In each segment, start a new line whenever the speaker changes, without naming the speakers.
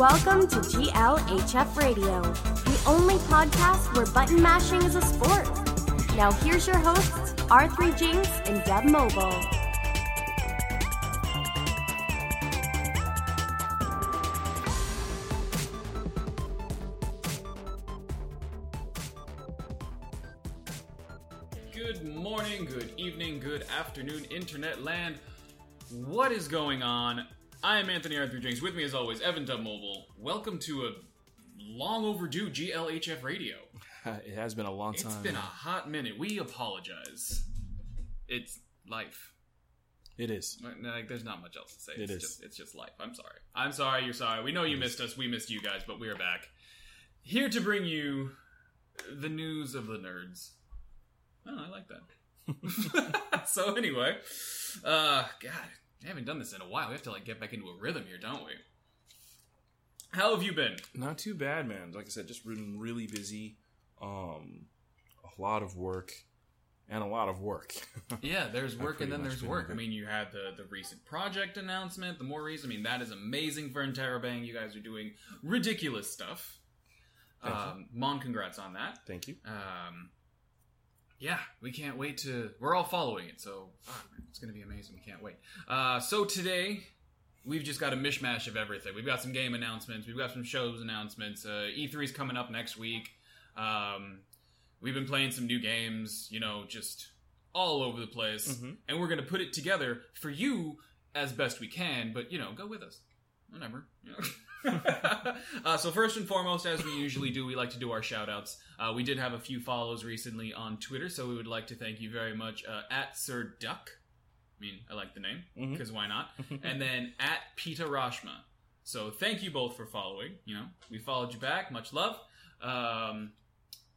Welcome to GLHF Radio, the only podcast where button mashing is a sport. Now, here's your hosts, R3 Jinx and Deb Mobile.
Good morning, good evening, good afternoon, internet land. What is going on? I am Anthony Arthur Jinks. With me, as always, Evan Dub Mobile. Welcome to a long overdue GLHF radio.
It has been a long
It's
time.
been a hot minute. We apologize. It's life.
It is.
Like, there's not much else to say. it's
It is.
Just, it's just life. I'm sorry. I'm sorry. You're sorry. We know you missed us. We missed you guys, but we are back here to bring you the news of the nerds. Oh, I like that. so anyway, uh, God, I haven't done this in a while. We have to like get back into a rhythm here, don't we? How have you been?
Not too bad, man. Like I said, just been really busy. Um, a lot of work and a lot of work.
Yeah, there's work
pretty
and then
much
there's
been
work. I
good.
mean, you had the the recent project announcement, the more reason. I mean, that is amazing for Interrobang. You guys are doing ridiculous stuff.
Thank you.
Um, Mon, congrats on that.
Thank you.
Um, yeah, we can't wait to. We're all following it, so ah, it's going to be amazing. We can't wait. Uh, so today, we've just got a mishmash of everything. We've got some game announcements. We've got some shows announcements. Uh, E3 is coming up next week. Um, we've been playing some new games. You know, just all over the place,
Mhm.
and we're going to put it together for you as best we can. But you know, go with us. Whatever. You know. uh, so first and foremost, as we usually do, we like to do our shout outs. Uh, we did have a few follows recently on Twitter, so we would like to thank you very much uh, at Sir Duck. I mean, I like the name
Mhm.
because why not? and then at Peter Rashma. So thank you both for following. You know, we followed you back. Much love. Um,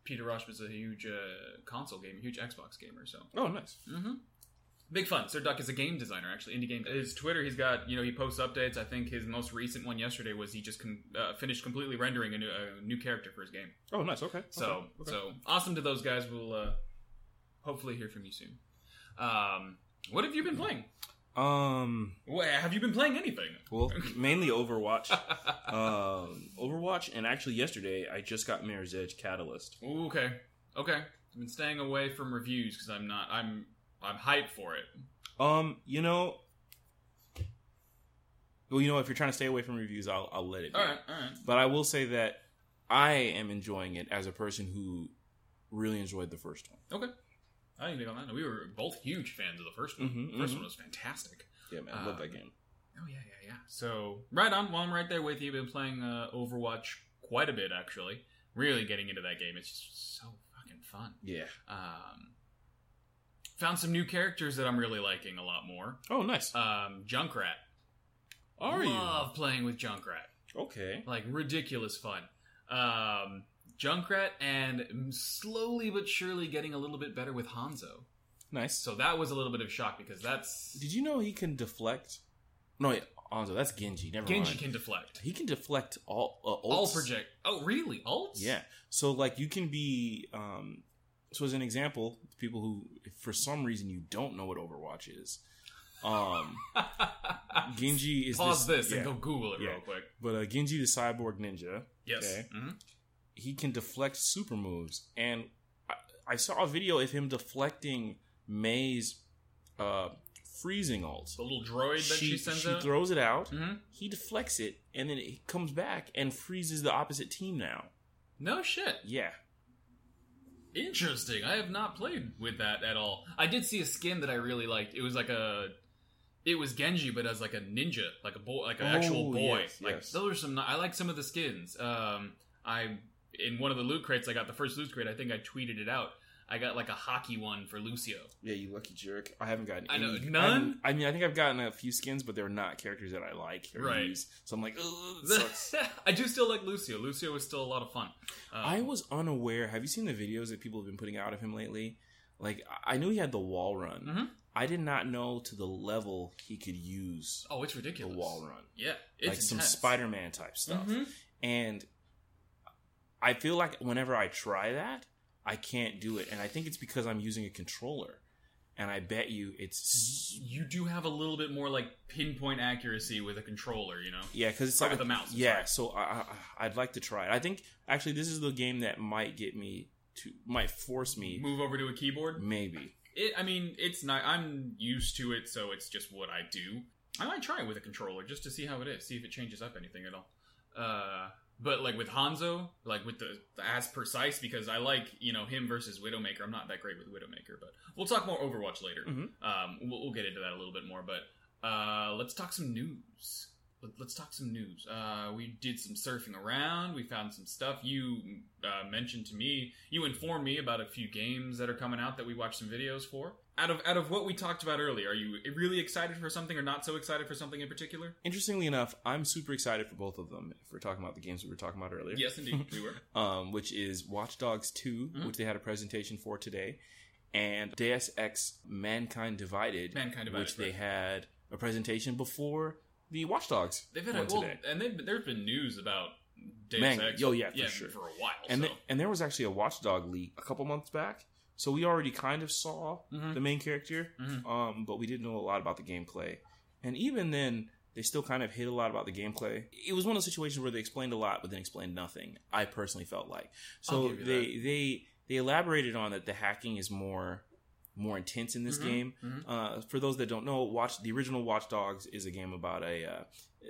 Peter Rashma's a huge uh, console gamer, huge Xbox gamer. So
Oh, nice.
Mm-hmm. Big fun. Sir Duck is a game designer, actually, indie game. His Twitter, he's got you know he posts updates. I think his most recent one yesterday was he just com- uh, finished completely rendering a new, a new character for his game.
Oh, nice. Okay.
So
Okay. Okay.
so awesome to those guys. We'll uh, hopefully hear from you soon. Um, what have you been playing?
um,
Wha have you been playing anything?
well, mainly Overwatch. um, Overwatch, and actually yesterday I just got Mirror's Edge Catalyst.
Ooh, okay, okay. I've been staying away from reviews because I'm not. I'm I'm hyped for it.
Um, you know. Well, you know, if you're trying to stay away from reviews, I'll, I'll let it. be.
All right, all right.
But I will say that I am enjoying it as a person who really enjoyed the first one.
I didn't think on that. We were both huge fans of the first one.
Mhm,
1st
mhm.
one was fantastic.
Yeah, man,
I love that
game.
Oh yeah, yeah, yeah. So right on. Well, I'm right there with you. Been playing uh, Overwatch quite a bit actually. Really getting into that game. It's just so fucking fun.
Yeah.
Um, found some new characters that I'm really liking a lot more.
Oh, nice.
Um, Junkrat.
Are you?
Love playing with Junkrat.
Okay.
Like ridiculous fun. Um, Junkrat and slowly but surely getting a little bit better with Hanzo.
Nice. So,
So that was a little bit of shock because that's
did you know he can deflect? No, wait, Anzo, that's Genji. Never
Genji
mind.
can deflect.
He can deflect all uh, ults.
All project. Oh really? Ults?
Yeah. So like you can be um so as an example, people who if for some reason you don't know what Overwatch is. Um Genji is
Pause this,
this, yeah.
and go Google it
Yeah.
real quick.
But uh, Genji the Cyborg Ninja,
Yes.
Okay.
Mhm.
he can deflect super moves and I, I saw a video of him deflecting May's uh freezing ult.
The little droid that she, sends out.
throws it out.
Mhm.
He deflects it, and then it comes back and freezes the opposite team. Now,
No shit.
yeah,
Interesting. I have not played with that at all. I did see a skin that I really liked. It was like a. It was Genji, but as like a ninja, like a boy, like an
Oh,
actual boy.
yes,
like
yes.
those are some. I like some of the skins. Um, I in one of the loot crates I got the first loot crate. I think I tweeted it out. I got like a hockey one for Lucio.
yeah, you lucky jerk. I haven't gotten.
I know,
any-
none?
haven't- I mean, I think I've gotten a few skins, but they're not characters that I like or
Right.
use. So I'm like, ugh, it sucks.
I do still like Lucio. Lucio was still a lot of fun. Um,
I was unaware. Have you seen the videos that people have been putting out of him lately? Like, I I knew he had the wall run.
Mhm.
I did not know to the level he could use
Oh, it's
the
ridiculous.
wall run,
Yeah, it's
like some
intense.
Spider-Man type stuff.
Mhm.
and I feel like whenever I try that, I can't do it, and I think it's because I'm using a controller, and I bet you it's
You do have a little bit more like pinpoint accuracy with a controller, you know.
yeah because it's
Or
like
with
a-
the mouse, I'm
Yeah,
sorry.
so I, I I'd like to try it. I think actually this is the game that might get me to might force me
Move over to a keyboard.
maybe.
It, I mean, it's not. I'm used to it, so it's just what I do. I might try it with a controller just to see how it is, see if it changes up anything at all. Uh, but like with Hanzo, like with the, the as precise, because I like you know him versus Widowmaker. I'm not that great with Widowmaker, but we'll talk more Overwatch later.
Mhm.
Um, we'll, we'll get into that a little bit more. But uh, let's talk some news. Let- Let's talk some news. Uh, we did some surfing around. We found some stuff. You uh, mentioned to me. You informed me about a few games that are coming out that we watched some videos for. Out of out of what we talked about earlier, are you really excited for something or not so excited for something in particular?
Interestingly enough, I'm super excited for both of them. If we're talking about the games we were talking about earlier,
Yes, indeed, we were.
um, which is Watch Dogs 2,
Mhm.
which they had a presentation for today, and Deus Ex Mankind Divided,
Mankind Divided,
which they
right.
had a presentation before the Watch Dogs
They've had
one
a, well,
today.
and they've, there's been news about Deus
Man,
Ex.
oh, yeah, for sure.
for a while.
And,
so.
th- and there was actually a Watchdog leak a couple months back, so we already kind of saw
Mhm.
the main character,
Mhm.
um, but we didn't know a lot about the gameplay. And even then, they still kind of hid a lot about the gameplay. It was one of those situations where they explained a lot, but then explained nothing. I personally felt like
I'll
so
give you
they they they elaborated on that the hacking is more more intense in this
Mhm.
game.
Mhm.
Uh, for those that don't know, watch the original Watch Dogs is a game about a uh, uh,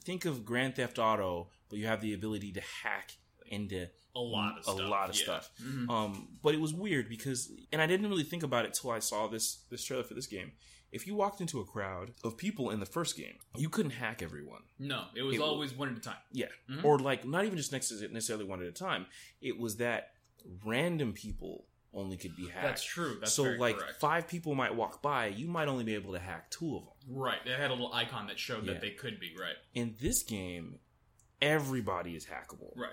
think of Grand Theft Auto, but you have the ability to hack into
a lot of
a
stuff.
lot of
yeah.
stuff.
Mhm.
Um, but it was weird because, and I didn't really think about it till I saw this this trailer for this game. If you walked into a crowd of people in the first game, you couldn't hack everyone.
No, it was
it-
always one at a time.
Yeah,
Mhm.
or like not even just next necessarily one at a time. It was that random people only could be hacked.
That's true. That's
so
very
like
correct.
five people might walk by, you might only be able to hack two of them.
Right. They had a little icon that showed
Yeah.
that they could be, right.
In this game, everybody is hackable.
Right.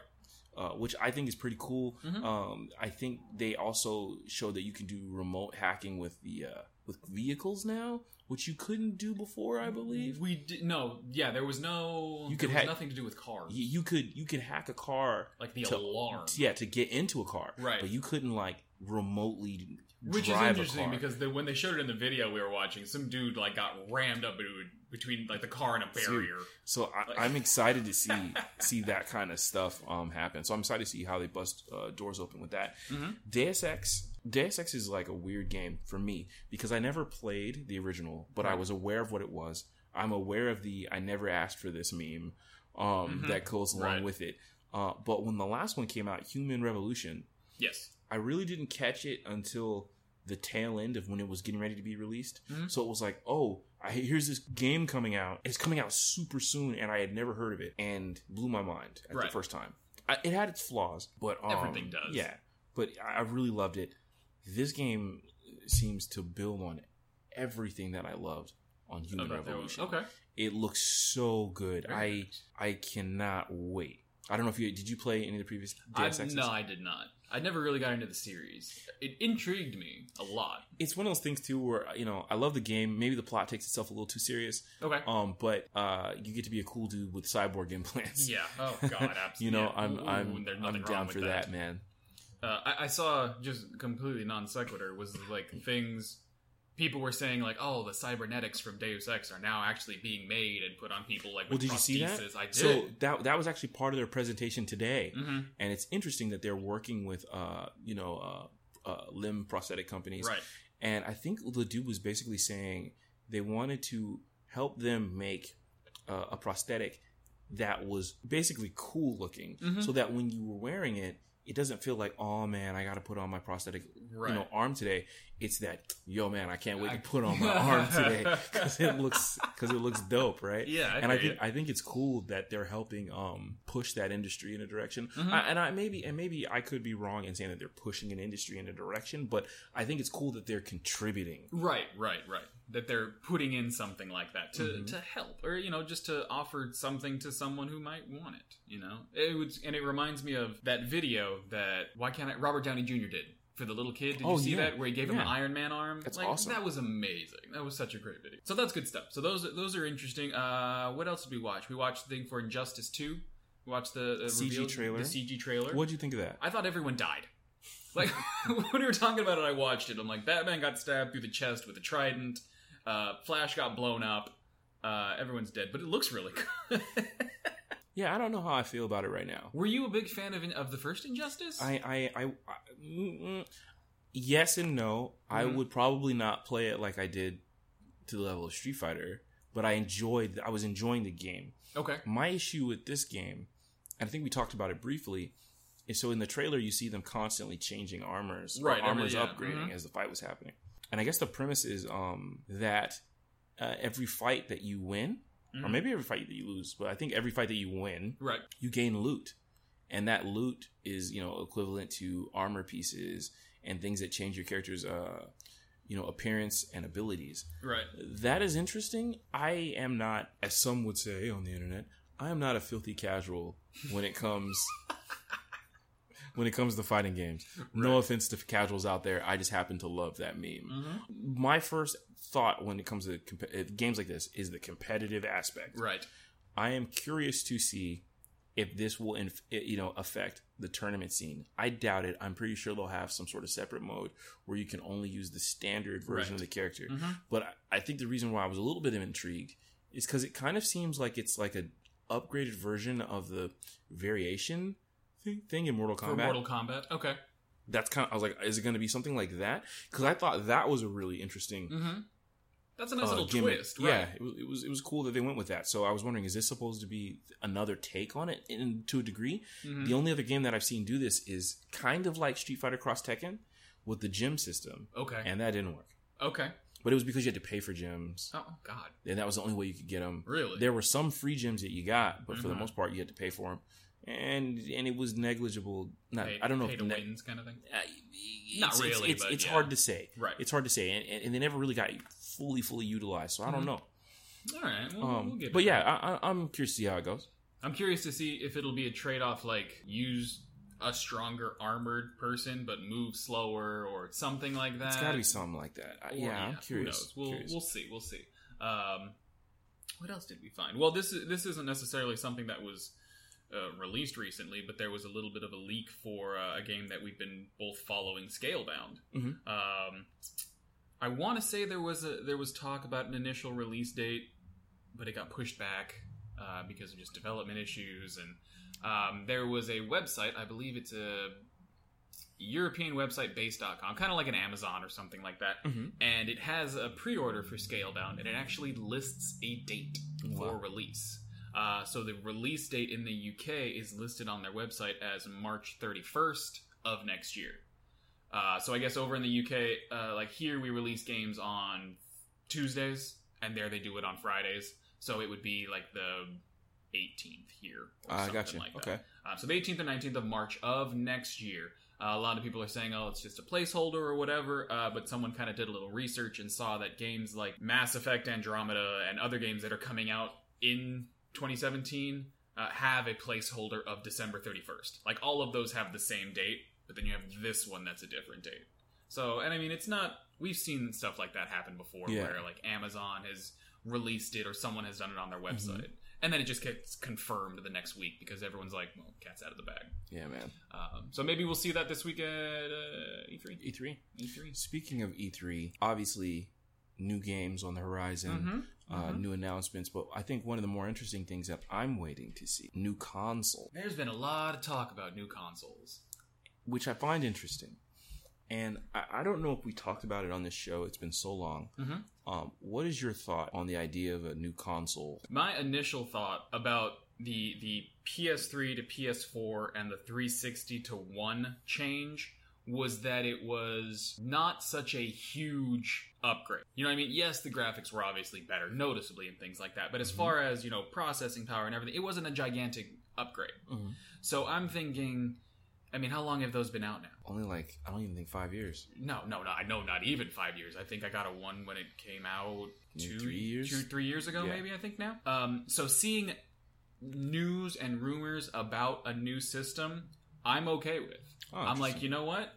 uh, which I think is pretty cool.
Mhm.
Um, I think they also show that you can do remote hacking with the uh, with vehicles now, which you couldn't do before, I believe.
We did no, yeah, there was no
You
there
could
was
hack-
nothing to do with cars.
You, you could you could hack a car,
Mm-hmm. like the
to-
alarm.
yeah, to get into a car,
Right.
But you couldn't like remotely
Which is
drive a
interesting
car.
because the, when they showed it in the video we were watching, some dude like got rammed up between, between like the car and a
Dude.
barrier.
so
like-
I, I'm excited to see see that kind of stuff um, happen. So I'm excited to see how they bust uh, doors open with that.
Mhm.
Deus Ex. Deus Ex is like a weird game for me because I never played the original, but I
Right.
was aware of what it was. I'm aware of the "I never asked for this" meme um,
Mhm.
that goes along
Right.
with it. Uh, but when the last one came out, Human Revolution,
Yes.
I really didn't catch it until the tail end of when it was getting ready to be released.
Mhm.
So it was like, oh, I, here's this game coming out. It's coming out super soon, and I had never heard of it, and blew my mind at
Right.
the first time. I, it had its flaws, but um,
Everything does.
Yeah, but I, I really loved it. This game seems to build on everything that I loved on Human
About that one.
Revolution.
Okay.
It looks so good.
Very
I
nice.
I cannot wait. I don't know if you did you play any of the previous
I,
DSXs?
no, I did not. I never really got into the series. It intrigued me a lot.
it's one of those things too where you know I love the game. Maybe the plot takes itself a little too serious,
Okay.
um, but uh, you get to be a cool dude with cyborg implants.
yeah. Oh God. Absolutely.
you know
Yeah.
I'm
Ooh,
I'm
there's nothing
I'm
wrong
down
with
for that, man.
uh, I, I saw just completely non sequitur was like things people were saying like oh the cybernetics from Deus Ex are now actually being made and put on people like
Well,
with
did you see that?
prostheses. I did.
So that that was actually part of their presentation today,
Mhm.
and it's interesting that they're working with uh you know uh, uh limb prosthetic companies,
Right.
and I think the dude was basically saying they wanted to help them make uh, a prosthetic that was basically cool looking,
Mhm.
so that when you were wearing it, it doesn't feel like, oh man, I got to put on my prosthetic,
Right.
you know, arm today. It's that, yo man, I can't wait to put on my arm today because it looks because it looks dope, right?
Yeah. I
and I
hear
think I think it's cool that they're helping um, push that industry in a direction.
Mhm.
I, and I maybe and maybe I could be wrong in saying that they're pushing an industry in a direction, but I think it's cool that they're contributing.
you. Right. Right. Right. That they're putting in something like that to
Mhm.
to help or you know just to offer something to someone who might want it. You know it would and it reminds me of that video that why can't I Robert Downey Jr. did. For the little kid, did
Oh,
you see
yeah.
that where he gave him an
Yeah.
Iron Man arm?
That's awesome.
That was amazing. That was such a great video. So that's good stuff. So those those are interesting. Uh, what else did we watch? We watched the thing for Injustice Two. We watched the, the
CG
reveal-
trailer.
The CG trailer.
What would you think of that?
I thought everyone died. Like when we were talking about it, I watched it. I'm like, Batman got stabbed through the chest with a trident. Uh, Flash got blown up. Uh, everyone's dead, but it looks really good.
Yeah, I don't know how I feel about it right now.
Were you a big fan of of the first Injustice?
I, I, I, I mm, mm. yes and no. I
Mhm.
would probably not play it like I did to the level of Street Fighter, but I enjoyed. I was enjoying the game.
okay.
My issue with this game, and I think we talked about it briefly, is so in the trailer you see them constantly changing armors, or
Right, every-
armors
yeah, mm-hmm.
upgrading as the fight was happening. And I guess the premise is um, that uh, every fight that you win, or
Mhm.
maybe every fight that you lose, but I think every fight that you win,
Right.
you gain loot and that loot is you know equivalent to armor pieces and things that change your character's uh you know appearance and abilities
Right.
that is interesting i am not as some would say on the internet i am not a filthy casual when it comes when it comes to fighting games no offense to casuals out there i just happen to love that meme
Mhm.
my first thought when it comes to comp- uh, games like this is the competitive aspect
Right.
I am curious to see if this will, inf- you know, affect the tournament scene. I doubt it. I'm pretty sure they'll have some sort of separate mode where you can only use the standard version of
Right.
the character.
Mhm.
But I- I think the reason why I was a little bit intrigued is because it kind of seems like it's like a upgraded version of the variation thing, thing in Mortal
For
Kombat.
Mortal Kombat. Okay.
That's kind of. I was like, is it going to be something like that? Because I thought that was a really interesting
Mm-hmm. That's a nice
uh,
little
gimmick.
twist.
Yeah,
Right.
it, was, it was it was cool that they went with that. So I was wondering, is this supposed to be another take on it in, to a degree?
Mhm.
The only other game that I've seen do this is kind of like Street Fighter Cross Tekken with the gym system,
Okay.
and that didn't work.
okay.
But it was because you had to pay for gyms,
Oh God.
and that was the only way you could get them.
Really?
There were some free gyms that you got, but for the
Mhm.
most part, you had to pay for them, and and it was negligible. Not
Pay-
I don't know
Pay
if
to
ne-
wins kind of thing.
I-
Not
it's-
really,
It's, it's,
but
it's
yeah.
hard to say.
Right.
It's hard to say, and, and, and they never really got fully fully utilized. So I
Mm-hmm.
don't know.
All right. We'll,
Um,
Mm-hmm, we'll get
but
to
yeah,
that.
I, I, I'm curious to see how it goes.
I'm curious to see if it'll be a trade off like use a stronger armored person but move slower or something like that.
It's got to be something like that. I,
Or,
yeah, I'm
who
curious.
knows? We'll
curious.
we'll see. We'll see. Um, what else did we find? Well, this is this isn't necessarily something that was uh, released recently, but there was a little bit of a leak for uh, a game that we've been both following, Scalebound.
Mhm.
Um, I want to say there was a there was talk about an initial release date, but it got pushed back uh, because of just development issues. And um, there was a website, I believe it's a European website base.com, kind of like an Amazon or something like that.
Mhm.
And it has a pre order for Scalebound, and it actually lists a date for
Wow.
release. Uh, so the release date in the UK is listed on their website as March 31st of next year. Uh, so I guess over in the UK, uh, like here, we release games on Tuesdays, and there they do it on Fridays. So it would be like the 18th here. Or
Ah, Uh, I
something
got you.
Like that.
okay.
Uh, so the 18th and 19th of March of next year. Uh, a lot of people are saying, oh, it's just a placeholder or whatever, uh, but someone kind of did a little research and saw that games like Mass Effect Andromeda and other games that are coming out in 2017 uh, have a placeholder of December 31st. Like all of those have the same date, but then you have this one that's a different date. So, and I mean, it's not, we've seen stuff like that happen before
Yeah.
where like Amazon has released it or someone has done it on their website. And then it just gets confirmed the next week because everyone's like, well, cat's out of the bag.
Yeah, man.
Um, so maybe we'll see that this week at uh, E3.
E3.
E3.
Speaking of E3, obviously new games on the horizon,
Mhm.
uh,
Mhm.
new announcements. But I think one of the more interesting things that I'm waiting to see new console,
There's been a lot of talk about new consoles.
which I find interesting. And I, I don't know if we talked about it on this show. It's been so long.
Mhm.
Um, what is your thought on the idea of a new console?
My initial thought about the the PS3 to PS4 and the 360 to 1 change was that it was not such a huge upgrade. You know what I mean? Yes, the graphics were obviously better noticeably and things like that, but as far as, you know, processing power and everything, it wasn't a gigantic upgrade.
Mhm.
So I'm thinking I mean, how long have those been out now?
Only like I don't even think five years.
No, no, no. I know not even five years. I think I got a one when it came out
Maybe
two,
three years?
two, three years ago.
Yeah.
Maybe I think now. Um, so seeing news and rumors about a new system, I'm okay with.
Oh,
I'm like,
interesting.
you know what?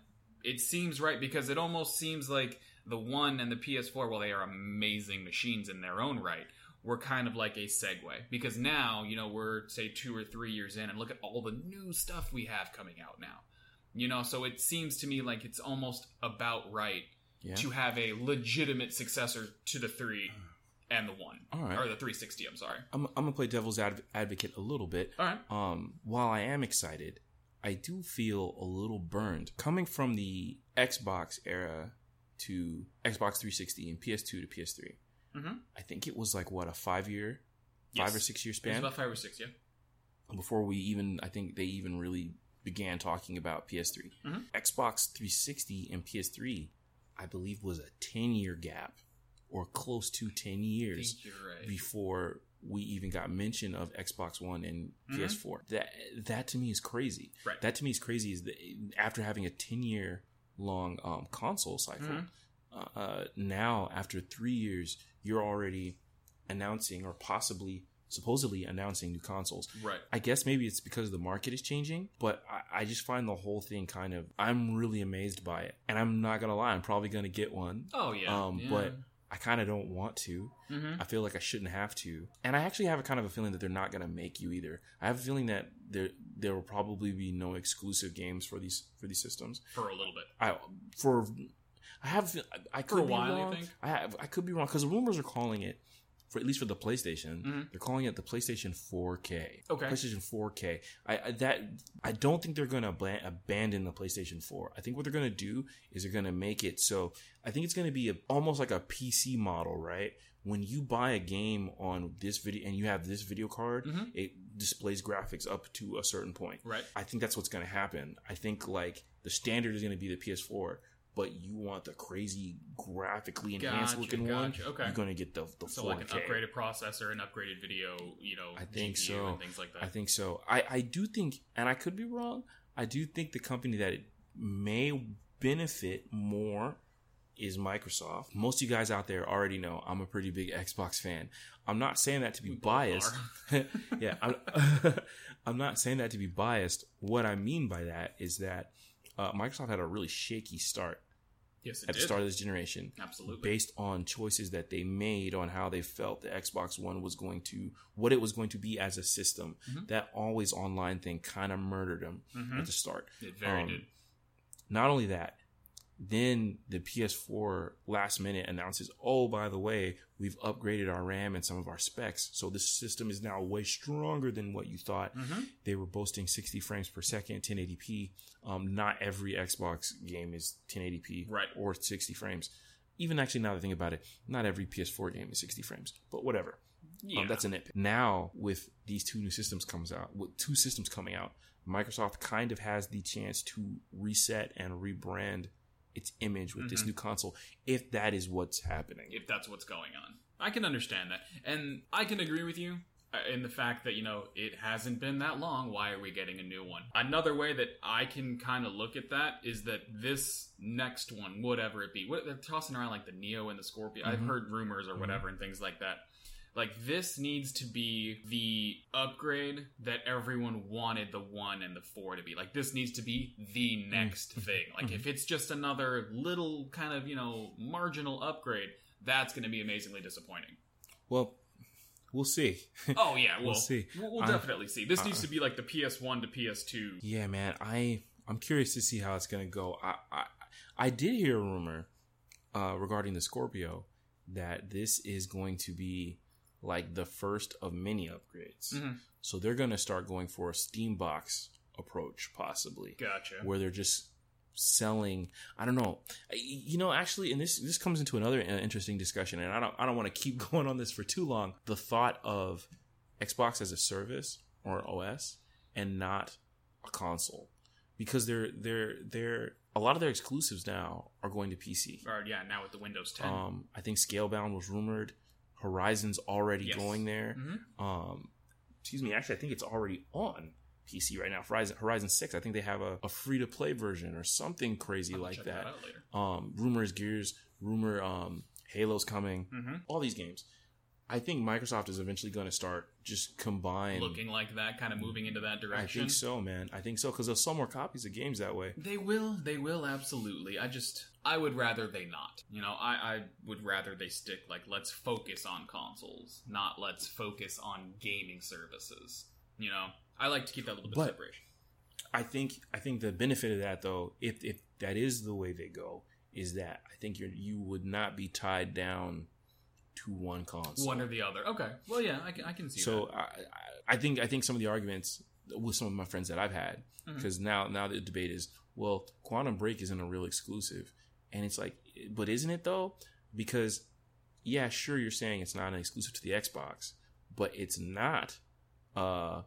It seems right because it almost seems like the one and the PS4, while they are amazing machines in their own right, were kind of like a segue because now you know we're say two or three years in, and look at all the new stuff we have coming out now You know, so it seems to me like it's almost about right
Yeah.
to have a legitimate successor to the three and the one,
All right.
or the 360. I'm sorry.
I'm, I'm gonna play devil's adv- advocate a little bit.
All right.
Um, while I am excited, I do feel a little burned coming from the Xbox era to Xbox 360 and PS2 to PS3.
Mhm.
I think it was like what a five year,
Yes.
five or six year
It was
span
about five or six, yeah.
before we even. I think they even really began talking about PS3,
Mhm.
Xbox 360, and PS3. I believe was a ten year gap or close to ten
I
years
think you're right.
before we even got mention of Xbox One and
Mhm.
PS4. That that to me is crazy.
Right.
That to me is crazy. Is that after having a ten year long um, console cycle,
Mhm.
uh, uh, now after three years, you're already announcing or possibly supposedly announcing new consoles.
Right.
I guess maybe it's because the market is changing, but I, I just find the whole thing kind of. I'm really amazed by it, and I'm not gonna lie. I'm probably gonna get one.
Oh, yeah.
Um,
yeah.
but I kind of don't want to.
hmm
I feel like I shouldn't have to. And I actually have a kind of a feeling that they're not going to make you either. I have a feeling that there there will probably be no exclusive games for these for these systems.
for a little bit.
I for I have I could
For a
be
while, you
wrong.
think?
I have, I could be wrong because rumors are calling it for at least for the PlayStation.
Mhm.
They're calling it the PlayStation 4K.
Okay.
PlayStation 4K. I I- that I don't think they're going to aban- abandon the PlayStation 4. I think what they're going to do is they're going to make it so I think it's going to be a, almost like a PC model, right? When you buy a game on this video and you have this video card,
Mhm.
it displays graphics up to a certain point.
Right.
I think that's what's going to happen. I think like the standard is going to be the PS4, but you want the crazy graphically enhanced
Gotcha,
looking
gotcha,
one.
okay.
You're going to get the the
So
4K.
like an upgraded processor, an upgraded video, you know,
I think
GPU
so.
and things like that.
I think so. I I do think, and I could be wrong. I do think the company that it may benefit more is Microsoft. Most of you guys out there already know I'm a pretty big Xbox fan. I'm not saying that to be
We both
biased. yeah, I'm, I'm not saying that to be biased. What I mean by that is that uh, Microsoft had a really shaky start
yes, it
at the
did.
start of this generation
Absolutely.
based on choices that they made on how they felt the Xbox One was going to, what it was going to be as a system.
Mhm.
That always online thing kind of murdered them
Mhm.
at the start.
It very
um,
did.
Not only that, then the PS4 last minute announces, oh, by the way, we've upgraded our RAM and some of our specs. So this system is now way stronger than what you thought.
hmm
They were boasting 60 frames per second, 1080p. Um, not every Xbox game is 1080p
Right.
or 60 frames. Even actually, now that I think about it, not every PS4 game is 60 frames, but whatever.
Yeah.
Um, that's a nitpick. Now, with these two new systems comes out, with two systems coming out, Microsoft kind of has the chance to reset and rebrand its image with this
Mhm.
new console, if that is what's happening.
if that's what's going on. I can understand that. And I can agree with you uh, in the fact that, you know, it hasn't been that long. Why are we getting a new one? Another way that I can kind of look at that is that this next one, whatever it be, what, they're tossing around like the Neo and the Scorpio.
Mhm.
I've heard rumors or whatever and things like that. Like, this needs to be the upgrade that everyone wanted the one and the four to be. Like, this needs to be the
Mm-hmm.
next thing. Like, if it's just another little kind of, you know, marginal upgrade, that's going to be amazingly disappointing.
Well, we'll see.
Oh yeah, we'll,
We'll see. uh-uh.
We'll, we'll
I-
definitely see. This
I-
needs to be like the PS1 to PS2.
Yeah, man. I I'm curious to see how it's gonna go. I I, I did hear a rumor uh, regarding the Scorpio that this is going to be like the first of many upgrades.
Mhm.
So they're gonna start going for a Steambox approach, possibly,
Gotcha.
where they're just selling. I don't know. I- You know, actually, and this this comes into another uh, interesting discussion, and I don't I don't want to keep going on this for too long. The thought of Xbox as a service or OS and not a console because they're they're they're a lot of their exclusives now are going to PC.
Or yeah, now with the Windows 10.
Um, I think Scalebound was rumored. Horizon's already
Yes.
going there.
Mhm.
Um, excuse me, actually, I think it's already on PC right now. Horizon Horizon Six. I think they have a, a free to play version or something crazy
I'll
like
check
that.
out later.
Um, rumors Gears. Rumor um, Halo's coming.
Mhm.
All these games. I think Microsoft is eventually going to start just combine.
Looking like that, kind of moving into that
I
direction.
think so, man. I think so because they'll sell more copies of games that way.
They will. They will absolutely. I just, I would rather they not. You know, I, I would rather they stick like let's focus on consoles, not let's focus on gaming services. You know, I like to keep that little bit of
But-
separation.
I think I think the benefit of that though, if if that is the way they go, is that I think you you would not be tied down to one console.
One or the other. Okay. Well, yeah, I can, I can see that.
so I, I- I think I think some of the arguments with some of my friends that I've had
Mhm.
because now now the debate is well Quantum Break isn't a real exclusive and it's like but isn't it though because yeah sure you're saying it's not an exclusive to the Xbox but it's not uh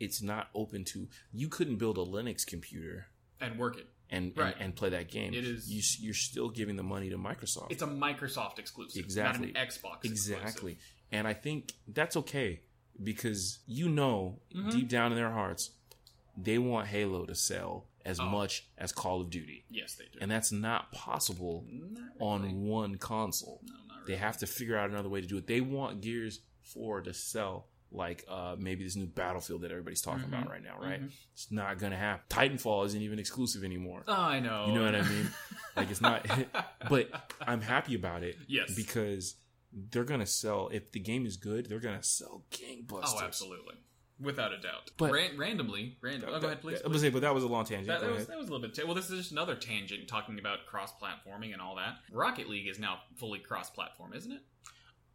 it's not open to you couldn't build a Linux computer
And work it.
and
Right.
and, and play that game
It is-
you, s- you're still giving the money to Microsoft
It's a Microsoft exclusive,
Exactly.
not an Xbox
Exactly. And I think that's okay because you know
Mhm.
deep down in their hearts they want Halo to sell as
Oh.
much as Call of Duty.
Yes, they do.
And that's not possible
Not really.
on one console.
No, not
They
really.
have to figure out another way to do it. They want Gears 4 to sell like uh, maybe this new Battlefield that everybody's talking
Mhm.
about right now, right?
Mhm.
It's not going to happen. Titanfall isn't even exclusive anymore.
Oh, I know.
You know what I mean? Like, it's not- but I'm happy about it
yes.
because they're gonna sell if the game is good they're gonna sell gangbusters
oh, absolutely, without a doubt.
But-
Ran- randomly,
That-
randomly. Oh, go ahead, please.
that- I was gonna say, but that was a long tangent
That,
Go
that, was,
ahead.
that was a little bit. ta- well, this is just another tangent talking about cross-platforming and all that. Rocket League is now fully cross-platform, isn't it?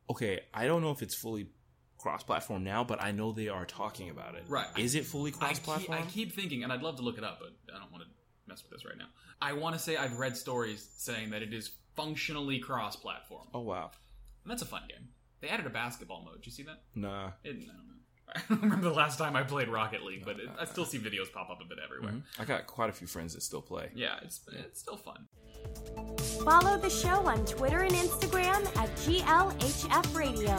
okay i don't know if it's fully cross-platform now but i know they are talking about it
Right.
is it
I
fully
keep-
cross-platform
I keep, thinking, and I'd love to look it up, but I don't want to mess with this right now. I want to say I've read stories saying that it is functionally cross-platform,
oh wow
and that's a fun game. They added a basketball mode. Did you see that?
nah
It, I don't know. I don't remember the last time I played Rocket League, but it, I still see videos pop up of it everywhere.
Mhm. i got quite a few friends that still play
Yeah, it's it's still fun.
Follow the show on Twitter and Instagram at GLHF Radio.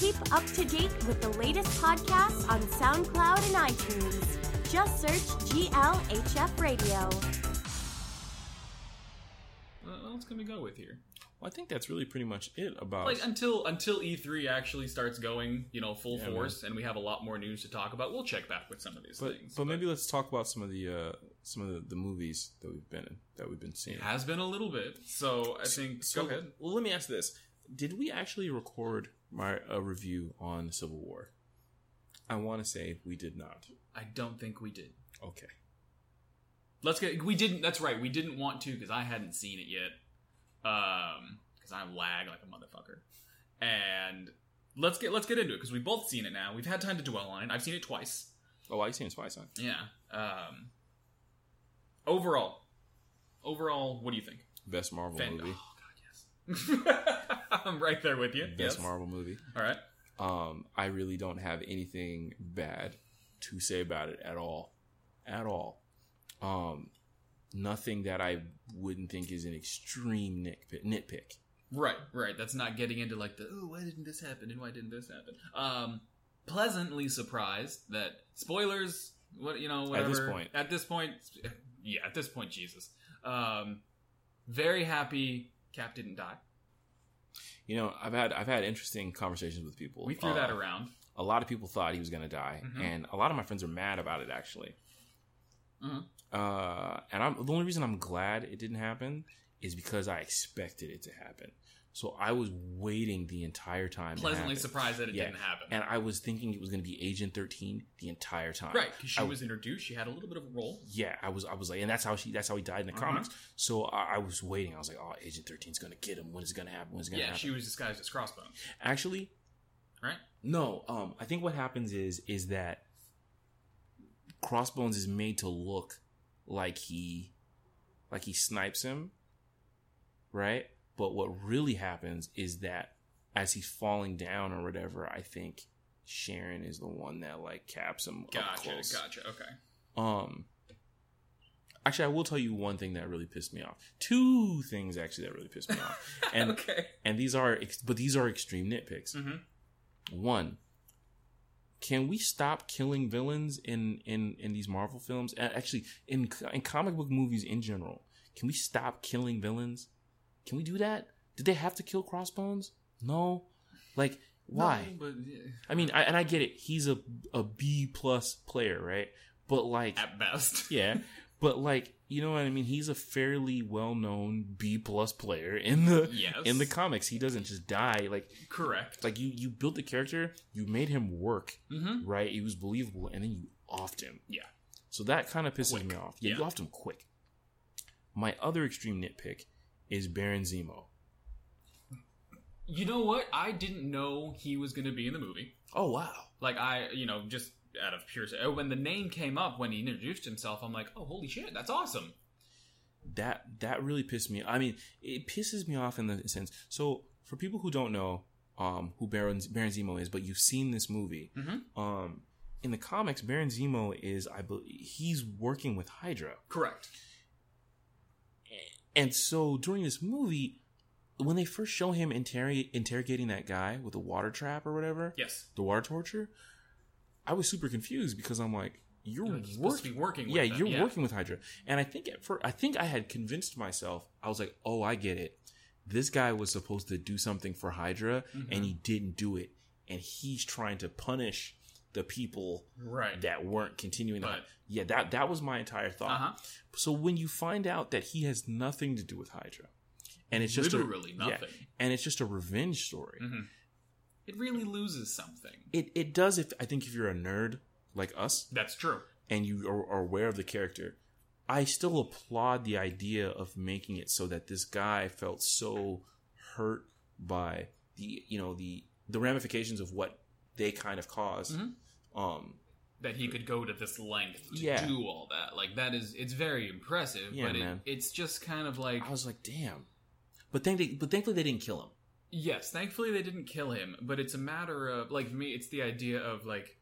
Keep up to date with the latest podcasts on SoundCloud and iTunes. Just search GLHF Radio.
What else can we go with here?
well, i think that's really pretty much it about
Like until until E three actually starts going, you know, full
Yeah, man.
force, and we have a lot more news to talk about. We'll check back with some of these
but,
things.
but maybe let's talk about some of the uh some of the, the movies that we've been in that we've been seeing
it has been a little bit, so I think.
So,
go ahead.
Well, let me ask this: Did we actually record my a review on Civil War? I want to say we did not.
I don't think we did.
Okay.
Let's get. We didn't. That's right. We didn't want to because I hadn't seen it yet. Um, because I lag like a motherfucker. And let's get let's get into it because we've both seen it now. We've had time to dwell on it. I've seen it twice.
Oh, I've seen it twice. Huh?
Yeah. Um. Overall, overall, what do you think?
Best Marvel
Fan-
movie.
Oh God, yes. I'm right there with you.
Best
yes.
Marvel movie.
All right.
Um, I really don't have anything bad to say about it at all, at all. Um, nothing that I wouldn't think is an extreme nitpick. Nitpick.
Right. Right. That's not getting into like the oh, why didn't this happen and why didn't this happen. Um, pleasantly surprised that spoilers. What you know?
At
Whatever.
this point.
At this point. Yeah. At this point, Jesus. Um, very happy. Cap didn't die.
You know, I've had I've had interesting conversations with people.
We threw that
Uh,
around.
a lot of people thought he was going to die,
Mhm.
and a lot of my friends are mad about it actually.
Mhm.
Uh, and I'm the only reason I'm glad it didn't happen is because I expected it to happen. So I was waiting the entire time. to
Pleasantly
happen.
surprised that it
Yeah.
didn't happen.
and I was thinking it was going to be Agent Thirteen the entire time.
right. Because she
I-
was introduced. She had a little bit of a role.
Yeah, I was. I was like, and that's how she. That's how he died in the
Mhm.
comics. So I, I was waiting. I was like, oh, Agent 13's going to get him. When is it going to happen? When is it going to
Yeah,
happen?
she was disguised as Crossbone.
Actually,
Right?
No, um, I think what happens is is that Crossbones is made to look like he like he snipes him, right? But what really happens is that as he's falling down or whatever, I think Sharon is the one that like caps him up
Gotcha,
close.
gotcha. Okay.
Um, actually, I will tell you one thing that really pissed me off. Two things actually that really pissed me off, and
okay.
and these are ex- but these are extreme nitpicks.
hmm
One, can we stop killing villains in in in these Marvel films? A- Actually, in in comic book movies in general, can we stop killing villains? Can we do that? Did they have to kill Crossbones? No. Like why?
No, but, yeah.
I mean, I, and I get it. He's a a B plus player, right? But like,
At best.
yeah, but like, you know what I mean? He's a fairly well known B plus player in the
Yes.
in the comics. He doesn't just die. Like
Correct.
like you you built the character, you made him work
Mm-hmm.
right? He was believable, and then you offed him.
Yeah.
So that kind of pisses me off. Yeah, you
Yeah.
offed him quick. My other extreme nitpick is Baron Zemo.
You know what? I didn't know he was going to be in the movie.
Oh wow.
Like I, you know, just out of pure. oh, When the name came up when he introduced himself, I'm like, oh, holy shit, that's awesome.
that that really pissed me. I mean, it pisses me off in the sense. So for people who don't know um, who Baron, Baron Zemo is, but you've seen this movie,
Mhm.
um, in the comics, Baron Zemo is I believe he's working with Hydra,
Correct.
and so during this movie, when they first show him interrog- interrogating that guy with the water trap or whatever,
Yes.
the water torture, I was super confused because I'm like, you're,
You're like, you're supposed
work-
to be working with
yeah,
them,
you're
yeah.
working with Hydra, and I think at first, I think I had convinced myself. I was like, oh, I get it. This guy was supposed to do something for Hydra,
Mm-hmm.
and he didn't do it, and he's trying to punish the people
Right.
that weren't continuing.
Right.
that. Yeah, that that was my entire thought.
Uh-huh.
So when you find out that he has nothing to do with Hydra, and it's just
Literally
a,
nothing.
and it's just a revenge story
Mm-hmm. It really loses something.
it, it does if I think if you're a nerd like us
That's true.
and you are, are aware of the character, I still applaud the idea of making it so that this guy felt so hurt by the you know the the ramifications of what they kind of caused.
Mm-hmm.
Um,
That he could go to this length to
Yeah.
do all that. Like that is it's very impressive,
Yeah,
but it,
man.
it's just kind of like
I was like, damn. But thank they, but thankfully they didn't kill him.
Yes, thankfully they didn't kill him, but it's a matter of like for me, it's the idea of like,